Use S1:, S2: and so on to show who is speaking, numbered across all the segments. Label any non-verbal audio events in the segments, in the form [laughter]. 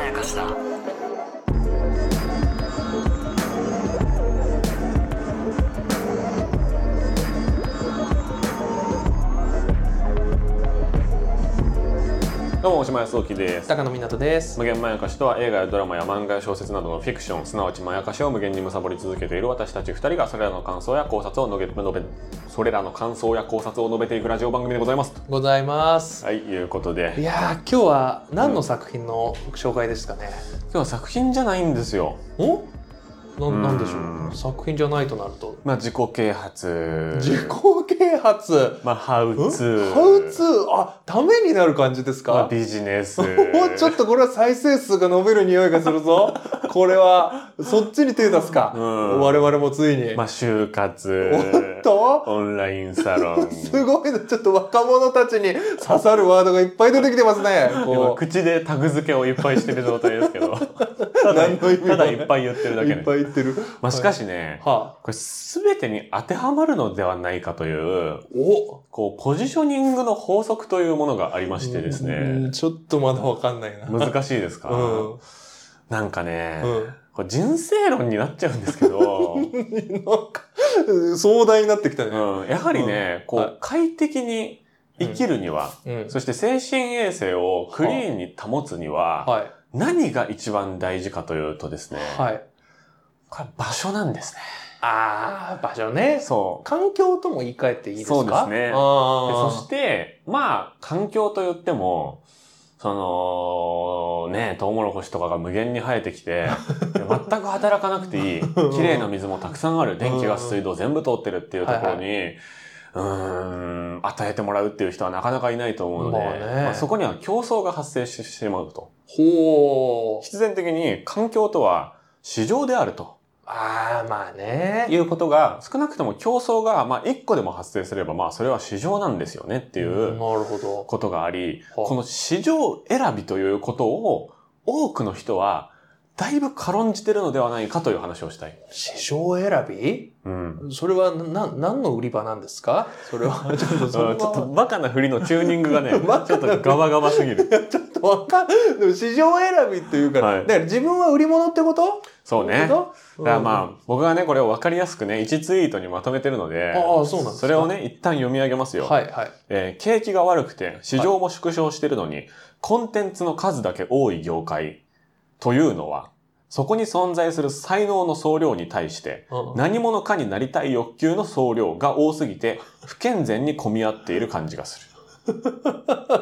S1: やかしだ
S2: どうも、おしまやすおきです。
S3: 高野湊です。
S2: 無限まやかしとは映画やドラマや漫画や小説などのフィクション、すなわちまやかしを無限に貪り続けている私たち2人がそれらの感想や考察を述べ、述べそれらの感想や考察を述べていくラジオ番組でございます。
S3: ございます。
S2: はい、いうこと
S3: い
S2: で、
S3: やー今日は何の作品の紹介ですかね。
S2: 今日は作品じゃないんですよ。
S3: お？なんなんでし
S2: う
S3: ょ
S2: ん
S3: う。作品じゃないとなると
S2: まあ、自己啓発。
S3: 自己啓発。
S2: まあ、ハウ
S3: うん
S2: ツー。
S3: ハウツーあためになる感じです
S2: まあ、
S3: か。
S2: ビジネス。
S3: おちょっとこれは再生数が伸びる匂いがする
S2: [laughs]
S3: ぞ。これはそっちに手出すか。
S2: うん
S3: 我々もついに。
S2: まあ、就活。
S3: おっと。
S2: オンラインサロン。
S3: [laughs] すごいなちょっと若者たちに刺さるワードがいっぱい出てきてますね。
S2: 今
S3: こう
S2: 口でタグ付けをいっぱいしてる状態ですけどただ
S3: 何の意味も
S2: た
S3: な
S2: だ
S3: い
S2: いっぱい言ってるだけ
S3: い
S2: で、
S3: っぱい言ってる。
S2: まあ、しかしね、
S3: はあ、
S2: これ全てに当てはまるのではないかという
S3: お
S2: こうポジショニングの法則というものがありましてです
S3: う
S2: ね
S3: んちょっとまだわかんないな。
S2: 難しいですか、
S3: うん。 [laughs] うん。
S2: なんかね、
S3: な
S2: これ人生論になっちゃうんですけ
S3: [laughs]
S2: ど、
S3: んか、壮大になってきた
S2: う
S3: ね。
S2: ん、やはりね、こ
S3: は
S2: う快適に生きるには、
S3: うん
S2: そして精神衛生をクリーンに保つには、
S3: はい。
S2: 何が一番大事かというとですね、
S3: はい。
S2: これ場所なんですね。
S3: ああ、場所ね。
S2: そう。
S3: 環境とも言い換えていいですか
S2: そうですねで
S3: あ
S2: そして、まあ、環境と言っても、その、ね、トウモロコシとかが無限に生えてき [laughs] て、全く働かなくていい、綺麗な水もたくさんある、電気、ガス、水道全部通ってるっていうところに、うーん、与えてもらうっていう人はなかなかいないと思うので、
S3: まあね
S2: まあそこには競争が発生してしまうと。
S3: ほう。
S2: 必然的に環境とは市場であると
S3: ああ、まあ
S2: い
S3: ね。
S2: うことが、少なくとも競争が、まあ、一個でも発生すれば、まあ、それは市場なんですよねっていう、
S3: なるほど。
S2: ことがあり、
S3: はあ
S2: この市場選びということを多くの人はだいぶ軽んじてるのではないかという話をしたい。
S3: 市場選び
S2: うん。
S3: それは、な、何の売り場なんですかそれは、 [laughs] ちょっと
S2: [laughs] ち
S3: それ
S2: ょ
S3: は
S2: っとバカな振りのチューニングが
S3: [laughs]
S2: ね、ちょ
S3: バ
S2: っ
S3: カな振り
S2: とガバガバすぎる。
S3: わかんでも市場選びっていうから、
S2: はい
S3: だから自分は売り物ってこと
S2: そうね。だか
S3: 本当
S2: らまあ、僕がね、これを分かりやすくね、1ツイートにまとめてるので、
S3: ああそうなんですか
S2: それをね、一旦読み上げますよ。
S3: はいはい。
S2: えー景気が悪くて、市場も縮小してるのに、コンテンツの数だけ多い業界というのは、そこに存在する才能の総量に対して、
S3: うん
S2: 何者かになりたい欲求の総量が多すぎて不健全に混み合っている感じがする。 [laughs]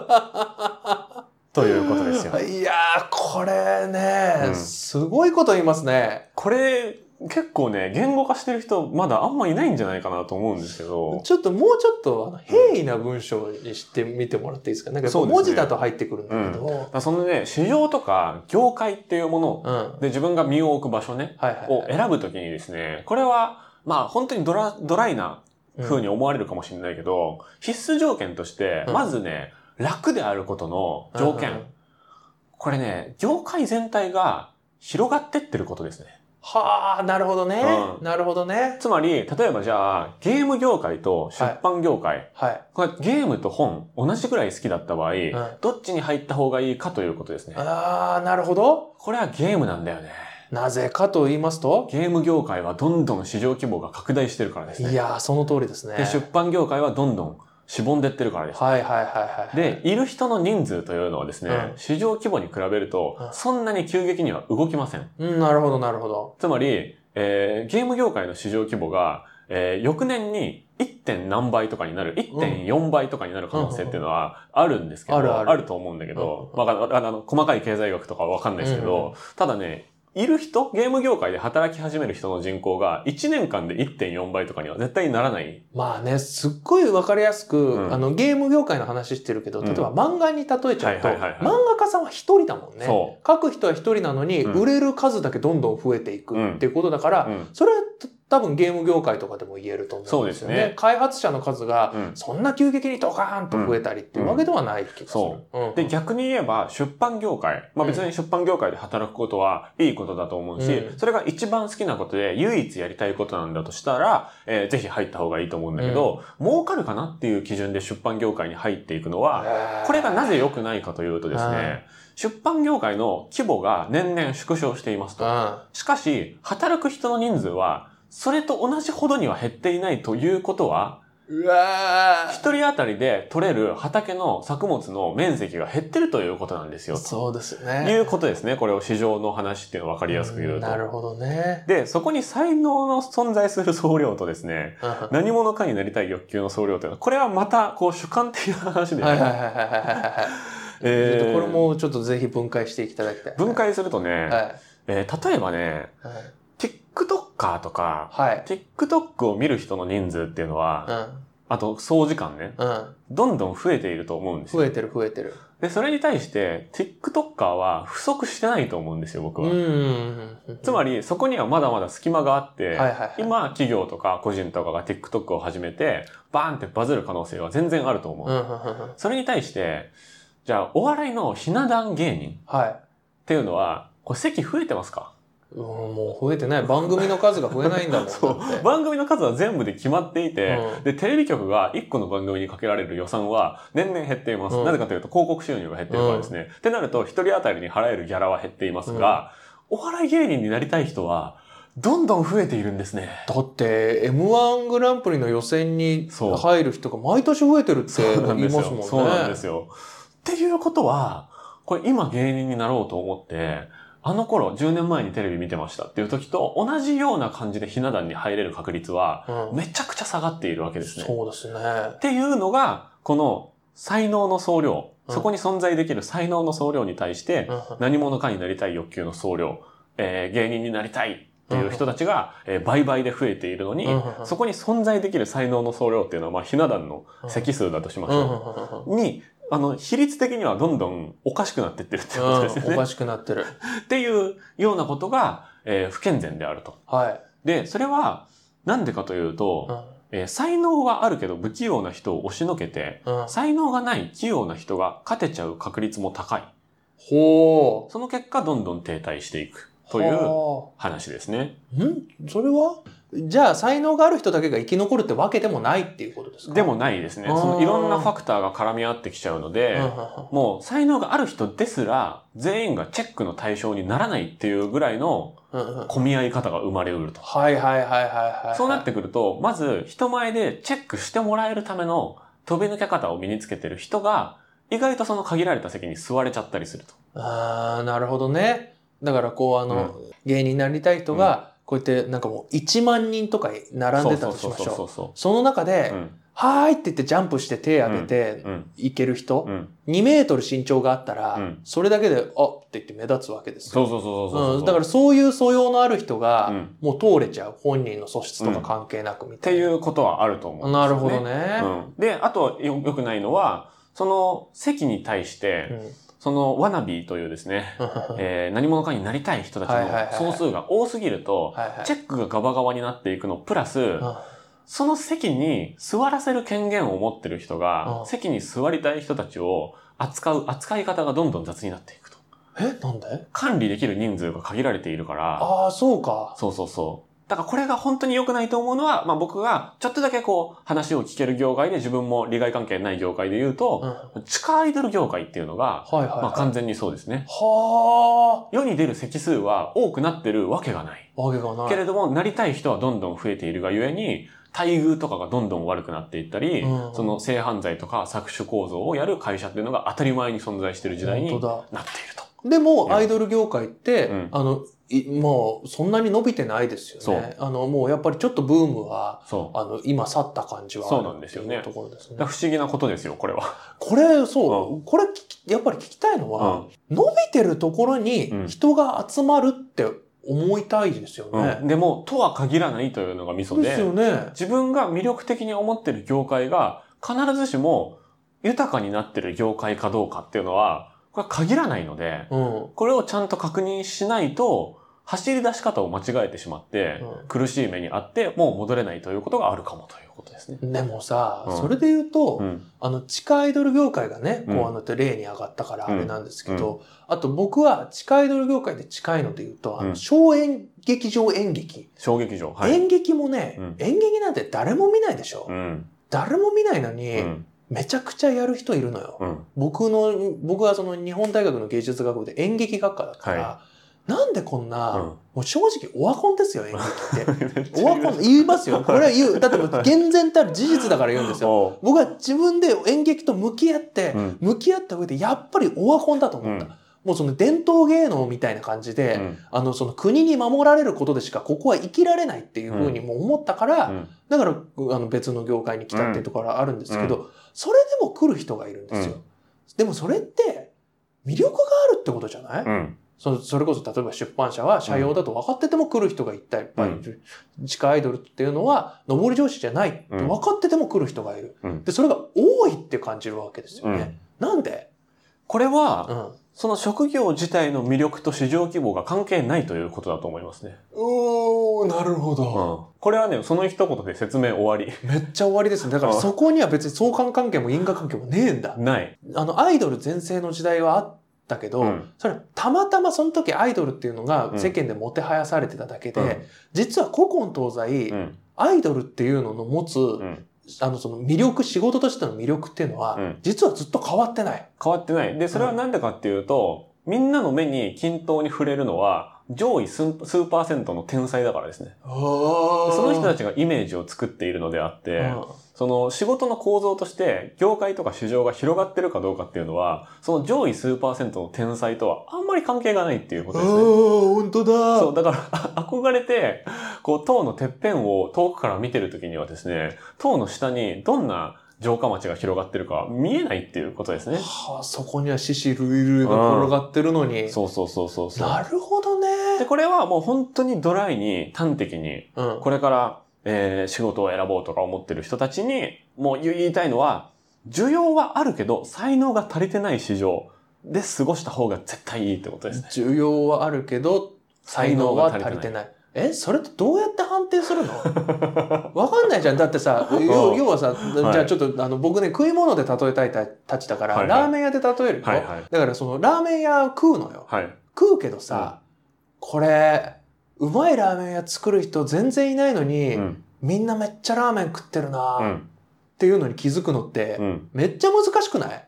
S2: ということですよ。
S3: いやー、これね、
S2: うん
S3: すごいこと言いますね。
S2: これ結構ね言語化してる人まだあんまいないんじゃないかなと思うんですけど。
S3: ちょっともうちょっとあの平易な文章にしてみてもらっていいですかなんかやっぱ
S2: そうですね
S3: 文字だと入ってくるんだけど。うん。
S2: だからそのね市場とか業界っていうもの
S3: は
S2: で自分が身を置く場所ね
S3: いはい。
S2: を選ぶときにですねこれはまあ本当にドラドライな風に思われるかもしれないけど、必須条件として
S3: うん
S2: まずね、楽であることの
S3: うん
S2: 条
S3: う
S2: 件、
S3: ん
S2: これね、業界全体が広がってってることですね。
S3: はあ、なるほどね、
S2: うん
S3: なるほどね。
S2: つまり、例えばじゃあ、ゲーム業界と出版業界、
S3: はい。
S2: これゲームと本、同じくらい好きだった場合、
S3: ん
S2: どっちに入った方がいいかということですね。
S3: ああ、なるほど。
S2: これはゲームなんだよね。
S3: なぜかと言いますと、
S2: ゲーム業界はどんどん市場規模が拡大してるからですね。
S3: いやー、その通りですね。
S2: で出版業界はどんどんしぼんでってるからです。
S3: はいはいはいはい。
S2: で、いる人の人数というのはですね、
S3: うん
S2: 市場規模に比べると
S3: う、ん
S2: そんなに急激には動きません。
S3: うん、なるほどなるほど。
S2: つまり、えーゲーム業界の市場規模が、えー翌年に 1. 点何倍とかになる、1.4倍とかになる可能性っていうのはあるんですけど、
S3: あるある
S2: と思うんだけ
S3: うん
S2: ど
S3: う、ん
S2: まああのあの、細かい経済学とかはわかんないですけ
S3: うんうんう
S2: ど、ただね、いる人、ゲーム業界で働き始める人の人口が1年間で1.4倍とかには絶対にならない。
S3: まあね、すっごいわかりやすく、
S2: ん
S3: あの、ゲーム業界の話してるけど、
S2: うん
S3: 例えば漫画に例えちゃうと、
S2: はいはいはいはい
S3: 漫画家さんは一人だもんね。
S2: そ
S3: 書く人は一人なのに、
S2: うん
S3: 売れる数だけどんどん増えていくっていうことだから、
S2: う。うん
S3: それは多分ゲーム業界とかでも言えると思うんです
S2: そう
S3: よね。
S2: ですね
S3: 開発者の数が
S2: うん
S3: そんな急激にドカーンと増えたりっていうわけではない気がする。
S2: うん
S3: うん
S2: で、逆に言えば、出版業界。まあ別に出版業界で働くことはいいことだと思うし、
S3: うん
S2: それが一番好きなことで唯一やりたいことなんだとしたら、えーぜひ入った方がいいと思うんだけど、儲かるかなっていう基準で出版業界に入っていくのは、
S3: えー
S2: これがなぜ良くないかというとです
S3: は
S2: ね、出版業界の規模が年々縮小していますと。しかし、働く人の人数は、それと同じほどには減っていないということは、
S3: うん。うわ
S2: 一人当たりで取れる畑の作物の面積が減ってるということなんですよ。
S3: そうです
S2: とい
S3: ね。
S2: うことですね。これを市場の話っていうのを分かりやすく言うと。
S3: なるほどね。
S2: で、そこに才能の存在する総量とですね、
S3: うんは
S2: 何者かになりたい欲求の総量というのは、これはまた、こう、主観的な話
S3: い
S2: で、
S3: はいはいはいはいはいはい。
S2: [laughs] えー
S3: ちょっとこれもちょっとぜひ分解していただきたい。
S2: 分解するとね、
S3: は
S2: えー例えばね、
S3: い。はい。
S2: TikToker とか、
S3: はい。
S2: TikTok を見る人の人数っていうのは、あと、総時間ね、
S3: うん。うん。
S2: どんどん増えていると思うんですよ。
S3: 増えてる増えてる。
S2: で、それに対して、TikToker は不足してないと思うんですよ、僕
S3: うん
S2: は。
S3: うんうん。
S2: つまり、そこにはまだまだ隙間があって、
S3: はいはいはい。
S2: 今、企業とか個人とかが TikTok を始めて、バーンってバズる可能性は全然あると思う。
S3: うんうんうんうん。
S2: それに対して、じゃあ、お笑いのひな壇芸人っ
S3: はい。
S2: ていうのは、これ席増えてますか
S3: うんもう増えてない。番組の数が増えないんだもん。
S2: [laughs] そう
S3: だって
S2: 番組の数は全部で決まっていて、
S3: うん
S2: で、テレビ局が1個の番組にかけられる予算は年々減っています。
S3: うん
S2: なぜかというと広告収入が減ってるからですね。ってなると、1人当たりに払えるギャラは減っていますが、お笑い芸人になりたい人は、どんどん増えているんですね。
S3: だって M1 グランプリの予選に
S2: そう
S3: 入る人が毎年増えてるって
S2: そうなん
S3: 言
S2: で
S3: い
S2: すよ
S3: ますもんね。
S2: そうなんですよ。っていうことは、これ今芸人になろうと思って、あの頃10年前にテレビ見てましたっていう時と同じような感じでひな壇に入れる確率は
S3: うん
S2: めちゃくちゃ下がっているわけですね。っ
S3: そうですね。は
S2: ていうのが、この才能の総量、
S3: うん
S2: そこに存在できる才能の総量に対して、何者かになりたい欲求の総量、えー芸人になりたいっていう人たちが、えー倍々で増えているのに、そこに存在できる才能の総量っていうのは、まあ、ひな壇の席数だとしましょう。に、あの、比率的にはどんどんおかしくなってってるっていうことですよ
S3: お
S2: ね。
S3: かしくなってる。
S2: っていうようなことが、えー不健全であると。
S3: はい。
S2: で、それは、なんでかという
S3: う
S2: と、
S3: ん
S2: えー才能はあるけど不器用な人を押しのけて、
S3: うん
S2: 才能がない器用な人が勝てちゃう確率も高い。
S3: ほ
S2: その結果、どんどん停滞していく
S3: う。
S2: という
S3: は
S2: 話ですね。
S3: あんそれはじゃあ才能がある人だけが生き残るってわけでもないっていうことですか
S2: でもないですね。
S3: あー
S2: そのいろんなファクターが絡み合ってきちゃうので、
S3: う
S2: もう才能がある人ですら、全員がチェックの対象にならないっていうぐらいの
S3: んうんうんうん
S2: 混み合い方が生まれうると。
S3: はいはいはいはいはい。
S2: そうなってくると、まず人前でチェックしてもらえるための飛び抜け方を身につけてる人が、意外とその限られた席に座れちゃったりすると。
S3: ああ、なるほどね。だからこう、あの、芸人になりたい人が、こうやってなんかもう1万人とか並んでたとしまし
S2: そうそ
S3: ょう。
S2: うそう
S3: その中で、
S2: そう。うん。
S3: はーいって言ってジャンプして手当てて
S2: うん。
S3: いける人、
S2: うん。
S3: 2メートル身長があったら、
S2: うん
S3: それだけで、あって言って目立つわけですよ。
S2: そうそうそうそうそう。
S3: うんだからそういう素養のある人が、
S2: うん
S3: もう通れちゃう。本人の素質とか関係なくみ
S2: ったて
S3: い
S2: い
S3: な。
S2: うことはあると思うんですよ
S3: なるほど。ね。
S2: うん。で、あとよよくないのは、その席に対して、
S3: うん
S2: そのワナビーというですね、えー何者かになりたい人たち
S3: はいはいはい
S2: の総数が多すぎると、
S3: はいはい
S2: チェックがガバガバになっていくの、プラス、その席に座らせる権限を持ってる人
S3: う
S2: が
S3: ん、
S2: 席に座りたい人たちを扱う、扱い方がどんどん雑になっていくと。
S3: うんえ、なんで
S2: 管理できる人数が限られているから、
S3: ああ、そうか。
S2: そうそうそう。だからこれが本当に良くないと思うのは、まあ僕がちょっとだけこう話を聞ける業界で自分も利害関係ない業界で言う
S3: うん
S2: と、
S3: はい
S2: 地下アイドル業界っていうのが、
S3: はいはい。
S2: まあ完全にそうですね。
S3: は
S2: 世に出る席数は多くなってるわけがない。
S3: あ。わけがない。
S2: けれども、なりたい人はどんどん増えているがゆえに、待遇とかがどんどん悪くなっていったり、
S3: うん
S2: その性犯罪とか搾取構造をやる会社っていうのが当たり前に存在している時代になってい
S3: 本
S2: ると。
S3: 当だ。で
S2: う
S3: も、
S2: ん
S3: アイドル業界って、
S2: うん
S3: あの、いもう、そんなに伸びてないですよね。
S2: そう
S3: あの、もう、やっぱりちょっとブームは、
S2: そう。
S3: あの、今去った感じはある
S2: そうなんですよね
S3: っていうところです
S2: だか
S3: ね
S2: ら。不思議なことですよ、これは。
S3: これ、そう、これ聞き、やっぱり聞きたいのは、伸びてるところ
S2: う
S3: に
S2: ん
S3: 人が集まるって思いたいですよ
S2: うん
S3: ね。
S2: でも、とは限らないというのがミソ
S3: ですよ
S2: で、
S3: ね。
S2: 自分が魅力的に思ってる業界が必ずしも豊かになってる業界かどうかっていうのは、これは限らないので、
S3: うん。
S2: これをちゃんと確認しないと、走り出し方を間違えてしまって、
S3: う
S2: 苦しい目にあって、もう戻れないということがあるかもということですね。
S3: でもさ、
S2: うん
S3: それで言うと、
S2: うん。
S3: あの地下アイドル業界がね、
S2: うん
S3: こうあのって例に上がったから
S2: う
S3: あ
S2: ん
S3: れなんですけど、あと僕は地下アイドル業界で近いので言うと、あ
S2: うん
S3: の小演劇場演劇、
S2: 小劇場。はい。
S3: 演劇もね、
S2: うん
S3: 演劇なんて誰も見ないでしょ、
S2: うん。
S3: 誰も見ないのに、
S2: うん。
S3: めちゃくちゃやる人いるのよ。
S2: うん。
S3: 僕の僕はその日本大学の芸術学部で演劇学科だから、
S2: は
S3: なんでこんな、
S2: うん
S3: もう正直オワコンですよ演劇って。オワコン言いますよ。これは言う。だってもう厳然たる事実だから言うんですよ。
S2: おう
S3: 僕は自分で演劇と向き合って、
S2: うん。
S3: 向き合った上でやっぱりオワコンだと
S2: う
S3: 思
S2: ん。
S3: った。もうその伝統芸能みたいな感じで、
S2: うん
S3: あのその国に守られることでしかここは生きられないっていうふうにも思ったから、
S2: うん
S3: だからあの別の業界に来たっていうところはあるんですけど、それでも来る人がいるんですよ。
S2: う
S3: でもそれって魅力があるってことじゃない、
S2: うん。
S3: そのそれこそ例えば出版社は社用だと分かってても来る人がいっぱいいっぱいいる、地下アイドルっていうのは上り上司じゃないって
S2: うん
S3: 分かってても来る人がいる、
S2: うん
S3: でそれが多いって感じるわけですよね、なんで、
S2: これは
S3: う、ん、う
S2: その職業自体の魅力と市場規模が関係ないということだと思いますね。
S3: おなるほ
S2: う
S3: ど、
S2: ん。これはね、その一言で説明終わ [laughs] り。
S3: めっちゃ終わりですねだから
S2: うん
S3: そこには別に相関関係も因果関係もねえんだ
S2: ない。
S3: あのアイドル全盛の時代はあったけど、
S2: うん
S3: それはたまたまその時アイドルっていうのが世間でもてはやされてただけで、実は古今東西、
S2: うん。
S3: アイドルっていうのの持つ、
S2: うん。
S3: あの、その魅力、仕事としての魅力っていうのは、
S2: うん
S3: 実はずっと変わってない。
S2: 変わってない。で、それはなんでかっていうと、みんなの目に均等に触れるのは、上位数数パーセントの天才だからですね。
S3: そ
S2: その
S3: の
S2: 人たちがイメージを作っているのであって、
S3: うん
S2: その仕事の構造として、業界とか市場が広がってるかどうかっていうのは、その上位数パーセントの天才とはあんまり関係がないっていうことですね。
S3: 本当だ
S2: そう、だから、 [laughs] あ憧れて、こう、塔のてっぺんを遠くから見てるときにはですね、塔の下にどんな城下町が広がってるか見えないっていうことですね。
S3: はあ、そこには獅子類類が転がってるのに。
S2: そうそうそうそうそう。
S3: なるほどね。
S2: で、これはもう本当にドライに端的に、
S3: うん。
S2: これから、えー仕事を選ぼうとか思ってる人たちに、もう言いたいのは、需要はあるけど、才能が足りてない市場で過ごした方が絶対いいってことですね。
S3: 需要はあるけど、才能は足りてない。え、それってどうやって判定
S2: [laughs]
S3: するのわかんないじゃん。だってさ、
S2: う
S3: 要
S2: ん
S3: 要はさ、
S2: い
S3: じゃあちょっと、あの、僕ね、食い物で例えたいたたちだから、
S2: はいはい
S3: ラーメン屋で例えるよ。
S2: はいはい。
S3: だからその、ラーメン屋食うのよ。
S2: はい。
S3: 食うけどさ、これうまいラーメン屋作る人全然いないのに、
S2: うん。
S3: みんなめっちゃラーメン食ってるな
S2: う
S3: ーっ
S2: ん。
S3: ていうのに気づくのって、
S2: うん。
S3: めっちゃ難しくない、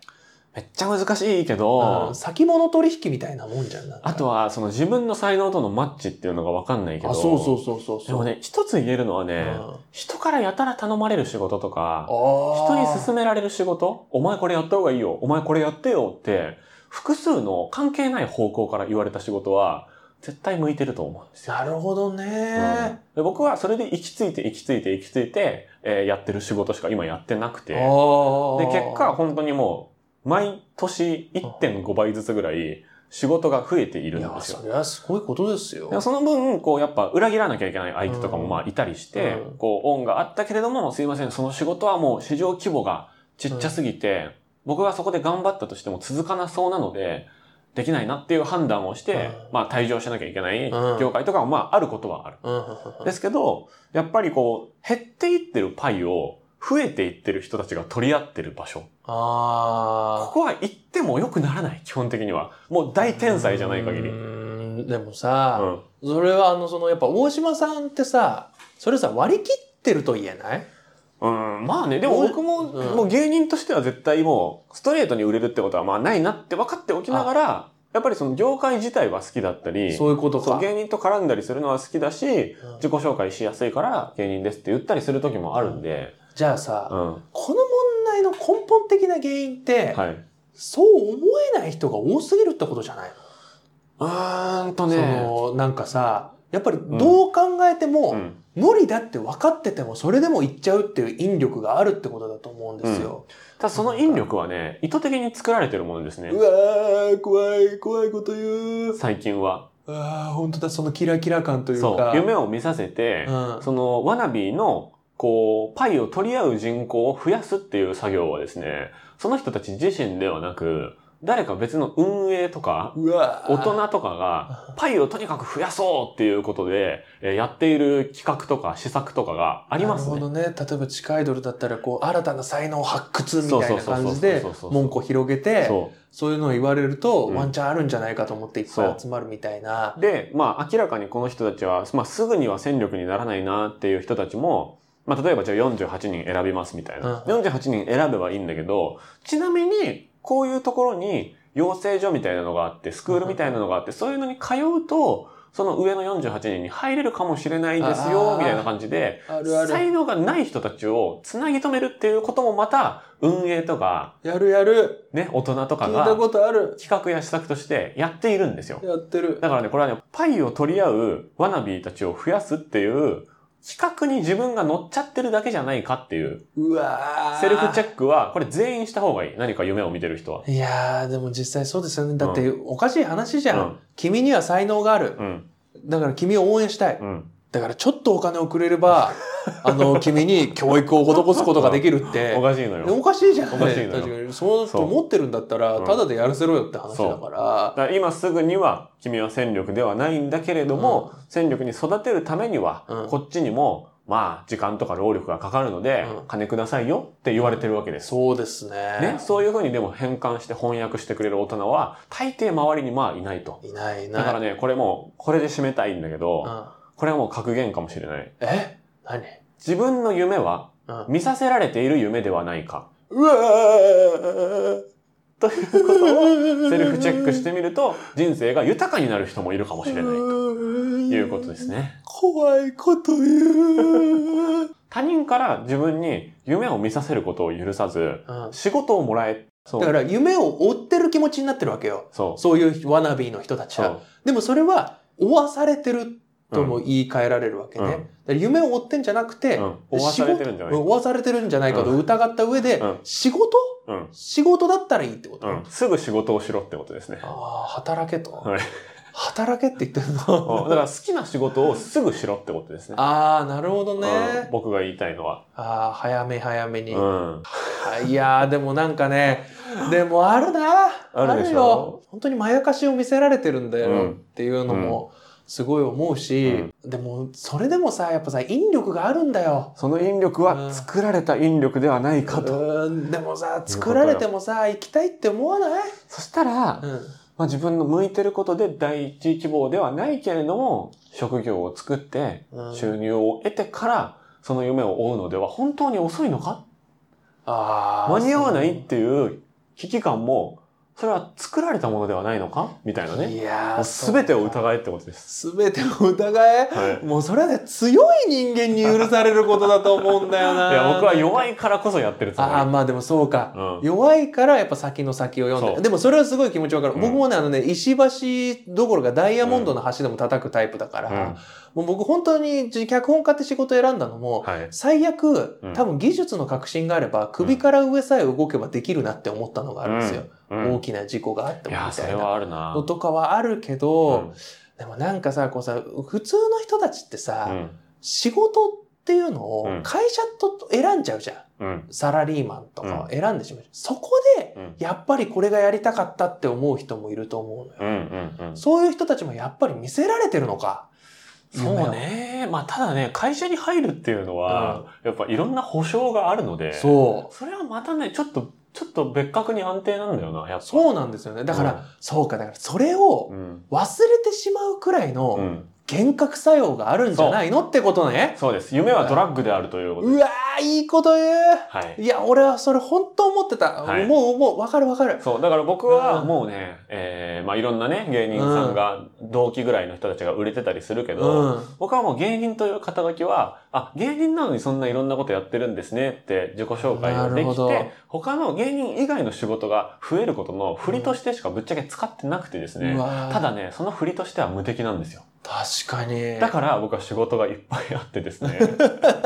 S2: めっちゃ難しいけど
S3: うん、先物取引みたいなもんじゃんなんか
S2: あとは、その自分の才能とのマッチっていうのがわかんないけど。
S3: あそうそうそうそうそう
S2: でもね、一つ言えるのは
S3: うん
S2: ね、
S3: あ
S2: 人からやたら頼まれる仕事とか、人
S3: 人
S2: に勧められる仕事、お前これやった方がいいよ、お前これやってよって、複数の関係ない方向から言われた仕事は、絶対向いてると思うんですよ。
S3: なるほどね
S2: で僕はそれで行き着いて行き着いて行き着いて、えーやってる仕事しか今やってなくて。
S3: ー、
S2: で、
S3: あー
S2: 結果本当にもう、毎年1.5倍ずつぐらい仕事が増えている
S3: い
S2: ん
S3: や
S2: ですよ
S3: そ。れはすごいことですよ
S2: でもその分、こう、やっぱ裏切らなきゃいけない相手とかも
S3: うん
S2: まあいたりして、
S3: うん
S2: こう、恩があったけれども、すいません、その仕事はもう市場規模がちっちゃすぎて、僕がそこで頑張ったとしても続かなそうなので、できないなっていう判断をして、
S3: うん
S2: まあ退場しなきゃいけない
S3: うん
S2: 業界とかもまああることはある。
S3: うんうんうん
S2: ですけど、やっぱりこう、減っていってるパイを増えていってる人たちが取り合ってる場所。こ
S3: あ
S2: こは行っても良くならない、基本的には。もう
S3: ー
S2: 大天才じゃない限り。
S3: う
S2: うん。
S3: ーんでもさ、それはあのそのやっぱ大島さんってさそれさ割り切ってると言えない
S2: うん、まあね、でも僕も、
S3: うん
S2: もう芸人としては絶対もう、ストレートに売れるってことはまあないなって分かっておきながら、やっぱりその業界自体は好きだったり、
S3: そういうこと
S2: そ
S3: か
S2: う。芸人と絡んだりするのは好きだし、
S3: うん
S2: 自己紹介しやすいから芸人ですって言ったりする時もあるんで、
S3: じゃあさ、
S2: うん、は
S3: この問題の根本的な原因って、
S2: い。
S3: そう思えない人が多すぎるってことじゃないの
S2: うーんと
S3: そ
S2: ね、
S3: のなんかさやっぱりどう考えても、
S2: うん、
S3: 無理だって分かっててもそれでも行っちゃうっていう引力があるってことだと思うんですよ。
S2: ただその引力はね、意図的に作られてるものですね
S3: う。わー怖い怖いこと言う。
S2: 最近は。
S3: ああ本当だそのキラキラ感という
S2: そ
S3: か。
S2: う。夢を見させて、
S3: うん
S2: その、ワナビーの、こう、パイを取り合う人口を増やすっていう作業はですね、その人たち自身ではなく、誰か別の運営とか、
S3: うわ
S2: 大人とかが、パイをとにかく増やそうっていうことで、えーやっている企画とか施策とかがあります
S3: なる
S2: ね。
S3: ほどね。例えば地下アイドルだったら、こう、新たな才能発掘みたいな感
S2: そうそうそうそ
S3: じで
S2: うそうそう、
S3: 門戸広げて、そう
S2: そ
S3: いうのを言われると、
S2: うん
S3: ワンチャンあるんじゃないかと思っていっぱ
S2: そ
S3: いう集まるみたいな
S2: う。。で、まあ明らかにこの人たちは、まあすぐには戦力にならないなっていう人たちも、まあ例えばじゃあ48人選びますみたいな。
S3: う
S2: 48人選べばいいんだけど、ちなみにこういうところに養成所みたいなのがあって、スクールみたいなのがあって、そういうのに通うと、その上の48人に入れるかもしれないです
S3: あ
S2: よ、
S3: ー
S2: みたいな感じで、
S3: あるある。
S2: 才能がない人たちをつなぎ止めるっていうこともまた運営とか、
S3: やるやる。
S2: ね、大人とか
S3: 聞いた
S2: が
S3: ことある。
S2: 企画や施策としてやっているんですよ。
S3: やってる。
S2: だからね、これはね、パイを取り合うワナビーたちを増やすっていう企画に自分が乗っちゃってるだけじゃないかっていう、
S3: うわー
S2: セルフチェックはこれ全員した方がいい。何か夢を見てる人は。
S3: いやー、でも実際そうですよね。だって、おかしい話じゃん,、
S2: うん
S3: 君には才能がある。
S2: うん、
S3: だから君を応援したい。
S2: うん。
S3: だからちょっとお金をくれ
S2: [laughs]
S3: れば、あの、君に教育を施すことができるって
S2: お。かしいのよ。
S3: おかしいじゃん。
S2: おかしいのよ
S3: 確かに。そう
S2: そう
S3: 思ってるんだったら、
S2: うん
S3: ただでやらせろよって話だから。
S2: だから今すぐには君は戦力ではないんだけれども、戦力に育てるためには、
S3: うん
S2: こっちにもまあ時間とか労力がかかるので、
S3: うん
S2: 金くださいよって言われてるわけです。
S3: そうですね
S2: ね、。そういうふうにでも変換して翻訳してくれる大人は大抵周りにまあいないと。
S3: いないいない。
S2: だからね、これもうこれで締めたいんだけど、
S3: うん
S2: これはもう格言かもしれない。
S3: え何
S2: 自分の夢は
S3: うん
S2: 見させられている夢ではないか。
S3: うわー
S2: ということをセルフチェックしてみると人生が豊かになる人もいるかもしれないと
S3: と
S2: いうことです。ね。
S3: 怖いこと言う。
S2: 他人から自分に夢を見させることを許さず、
S3: うん
S2: 仕事をもらえ。そ
S3: だか
S2: う。
S3: ら夢を追ってる気持ちになってるわけよ。
S2: そう。
S3: そういうワナビーの人たち
S2: そ
S3: は。
S2: う。
S3: でもそれは追わされてるとも
S2: うん
S3: 言い換えられるわけね。
S2: うん
S3: だから夢を追ってんじゃなくて、
S2: うん追わされてるんじゃない
S3: 仕事追わされてるんじゃないかと疑った上で、
S2: うん
S3: 仕事
S2: うん。
S3: 仕事だったらいいってこと、
S2: うん。すぐ仕事をしろってことですね。
S3: ああ、働けと。
S2: はい
S3: 働けって言ってる
S2: うんだ
S3: の。
S2: から好きな仕事をすぐしろってことですね。
S3: ああ、なるほどね。
S2: うん僕が言いたいのは。
S3: ああ、早め早めに。
S2: うん。
S3: あいやー、でもなんかね、でもあるな。
S2: あるでしょ
S3: よ。本当にまやかしを見せられてるんだ
S2: う
S3: よ
S2: ん
S3: っていうのもすごい思うし、でもそれでもさ、やっぱさ、引力があるんだよ。
S2: その引力は作られた引力ではないかと。
S3: うーんでもさ、作られてもさ、行きたいって思わない
S2: そしたら、
S3: うん。
S2: まあ、自分の向いてることで第一希望ではないけれども、職業を作って
S3: うん
S2: 収入を得てから、その夢を追うのでは本当に遅いのか
S3: あー
S2: 間に合わないっていう危機感も、それは作られたものではないのかみたいなね。
S3: いや
S2: もう全てを
S3: う。
S2: 疑えってことです。
S3: すべてを疑え。
S2: はい。
S3: もうそれはね、強い人間に許されることだと思うんだよな。
S2: いや、僕は弱いからこそやってるつもり。
S3: ああ、まあでもそうか。
S2: うん
S3: 弱いからやっぱ先の先を読ん
S2: そ
S3: で。
S2: う
S3: でもそれはすごい気持ちわかる。
S2: うん
S3: 僕もね、あのね、石橋どころかダイヤモンドの橋でも叩くタイプだから、もう僕本当に脚本家って仕事選んだのも、
S2: うんはい。
S3: 最悪
S2: う、ん
S3: 多分技術の革新があれば、首から上さえ動けばできるなって思ったのがあるんですよ。
S2: うん
S3: 大きな事故があって
S2: い
S3: も
S2: や、
S3: み
S2: そ
S3: た
S2: れ
S3: いな。
S2: はあるな。
S3: のとかはあるけ
S2: う
S3: ど、
S2: ん
S3: でもなんかさ、こうさ、普通の人たちってさ、
S2: うん
S3: 仕事っていうの
S2: う
S3: を
S2: ん
S3: 会社と選んじゃうじゃん。
S2: うん。
S3: サラリーマンとかを選んでしまう。そこで、
S2: うん。
S3: やっぱりこれがやりたかったって思う人もいると思うのよ。
S2: うん。うん。
S3: そういう人たちもやっぱり見せられてるのか。
S2: そうね。まあ、ただね、会社に入るっていうのは、やっぱいろんな保証があるので、
S3: 夢を。そう。
S2: それはまたね、ちょっと、ちょっと別格に安定なんだよな、やっぱ。
S3: そうなんですよね。だから、
S2: うん
S3: そうか、だからそれを
S2: うん。
S3: 忘れてしまうくらいの
S2: ん。
S3: 幻覚作用があるんじゃないのってことね。
S2: そうです。夢はドラッグであるということで
S3: うわー、いいこと言う。
S2: はい。
S3: いや、俺はそれ本当思ってた。
S2: はい
S3: もう、もう、わかるわかる。
S2: そう、だから僕は
S3: うん
S2: もうね、えーまあいろんなね、芸人さんが、同期ぐらいの人たちが売れてたりするけ
S3: う
S2: ど、
S3: ん。
S2: 僕はもう芸人という肩書きは、あ、芸人なのにそんないろんなことやってるんですねって自己紹介が
S3: なる
S2: で
S3: ほ
S2: き
S3: ど
S2: て、他の芸人以外の仕事が増えることの振りとしてしかぶっちゃけ使ってなくてですね、
S3: うわー
S2: ただね、その振りとしては無敵なんですよ。
S3: 確かに。
S2: だから僕は仕事がいっぱいあってですね、
S3: [laughs]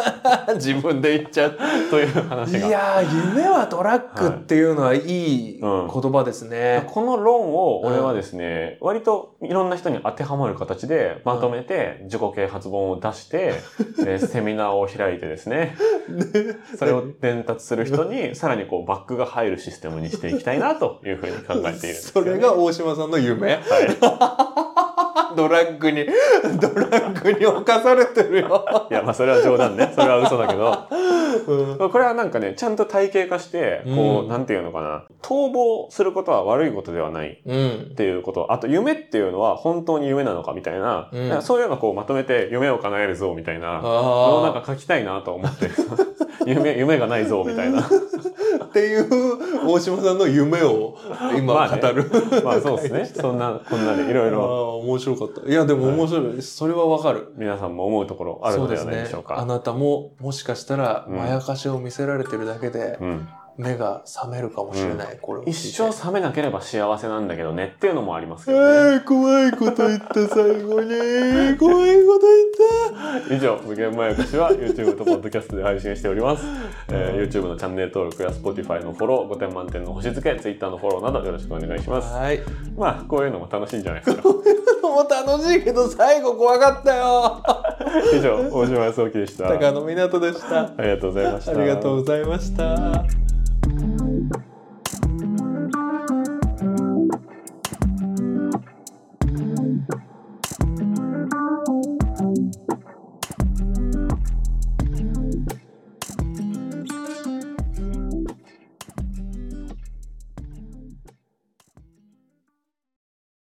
S3: 自分で言っちゃった。
S2: という
S3: い
S2: 話が。
S3: やー、夢はドラッグっていうのはいい
S2: うん
S3: 言葉ですね。
S2: この論を俺はですね、割といろんな人に当てはまる形でまとめて自己啓発本を出して、でセミナーを開いてですね、それを伝達する人
S3: [laughs]
S2: にさらにこうバックが入るシステムにしていきたいなというふうに考えているんです
S3: そ
S2: けどね、
S3: れが大島さんの夢。 [laughs]
S2: は
S3: ドラッグに、 [laughs] ドラッグに侵されて
S2: [laughs]
S3: るよ。
S2: い。いや、まあそれは冗談ね。それは嘘だけ
S3: [laughs]
S2: ど。
S3: うん
S2: まあこれはなんかね、ちゃんと体系化して、こう、
S3: うん
S2: なんていうのかな。逃亡することは悪いことではない。
S3: うん
S2: っ。ていうこと。あと、夢っていうのは本当に夢なのかみたいな。
S3: うん
S2: なんかそういうのをこうまとめて、夢を叶えるぞ、みたいな。のをなん
S3: あ
S2: か書きたいなと思って。 [laughs] 夢、夢がないぞ、みたい
S3: [laughs]
S2: な。
S3: あ。っていう大島さんの夢を今
S2: まあね
S3: 語る。
S2: まあそうですね。そんな、こんなでいろい
S3: あ
S2: ろ
S3: あ面白かった。いやでも面白い。それはわかる。
S2: 皆さんも思うところあるのでは
S3: そう
S2: ない
S3: で
S2: ですしょう
S3: ね。あ
S2: か。
S3: なたももしかしたら
S2: うん
S3: まやかしを見せられてるだけで
S2: うん、
S3: 目が覚めるかもしれない。これを聞いて
S2: 一生冷めなければ幸せなんだけどねっていうのもあります
S3: え
S2: けどね。
S3: ー、怖いこと言った最後に怖いこと
S2: 以
S3: 言っ
S2: 上、無限まやかしは YouTube と Podcast で配信しております。えー YouTube のチャンネル登録や Spotify のフォロー、5点満点の星付け、Twitter のフォローなどよろしくお願いしたます。
S3: はい [laughs]
S2: まあ、こういうのも楽しいんじゃないですか。
S3: もう楽しいけど最後怖かったよ
S2: 以上、大島康之でした。 [laughs]
S3: 高野湊でした
S2: ありがとうございました。
S3: ありがとうございました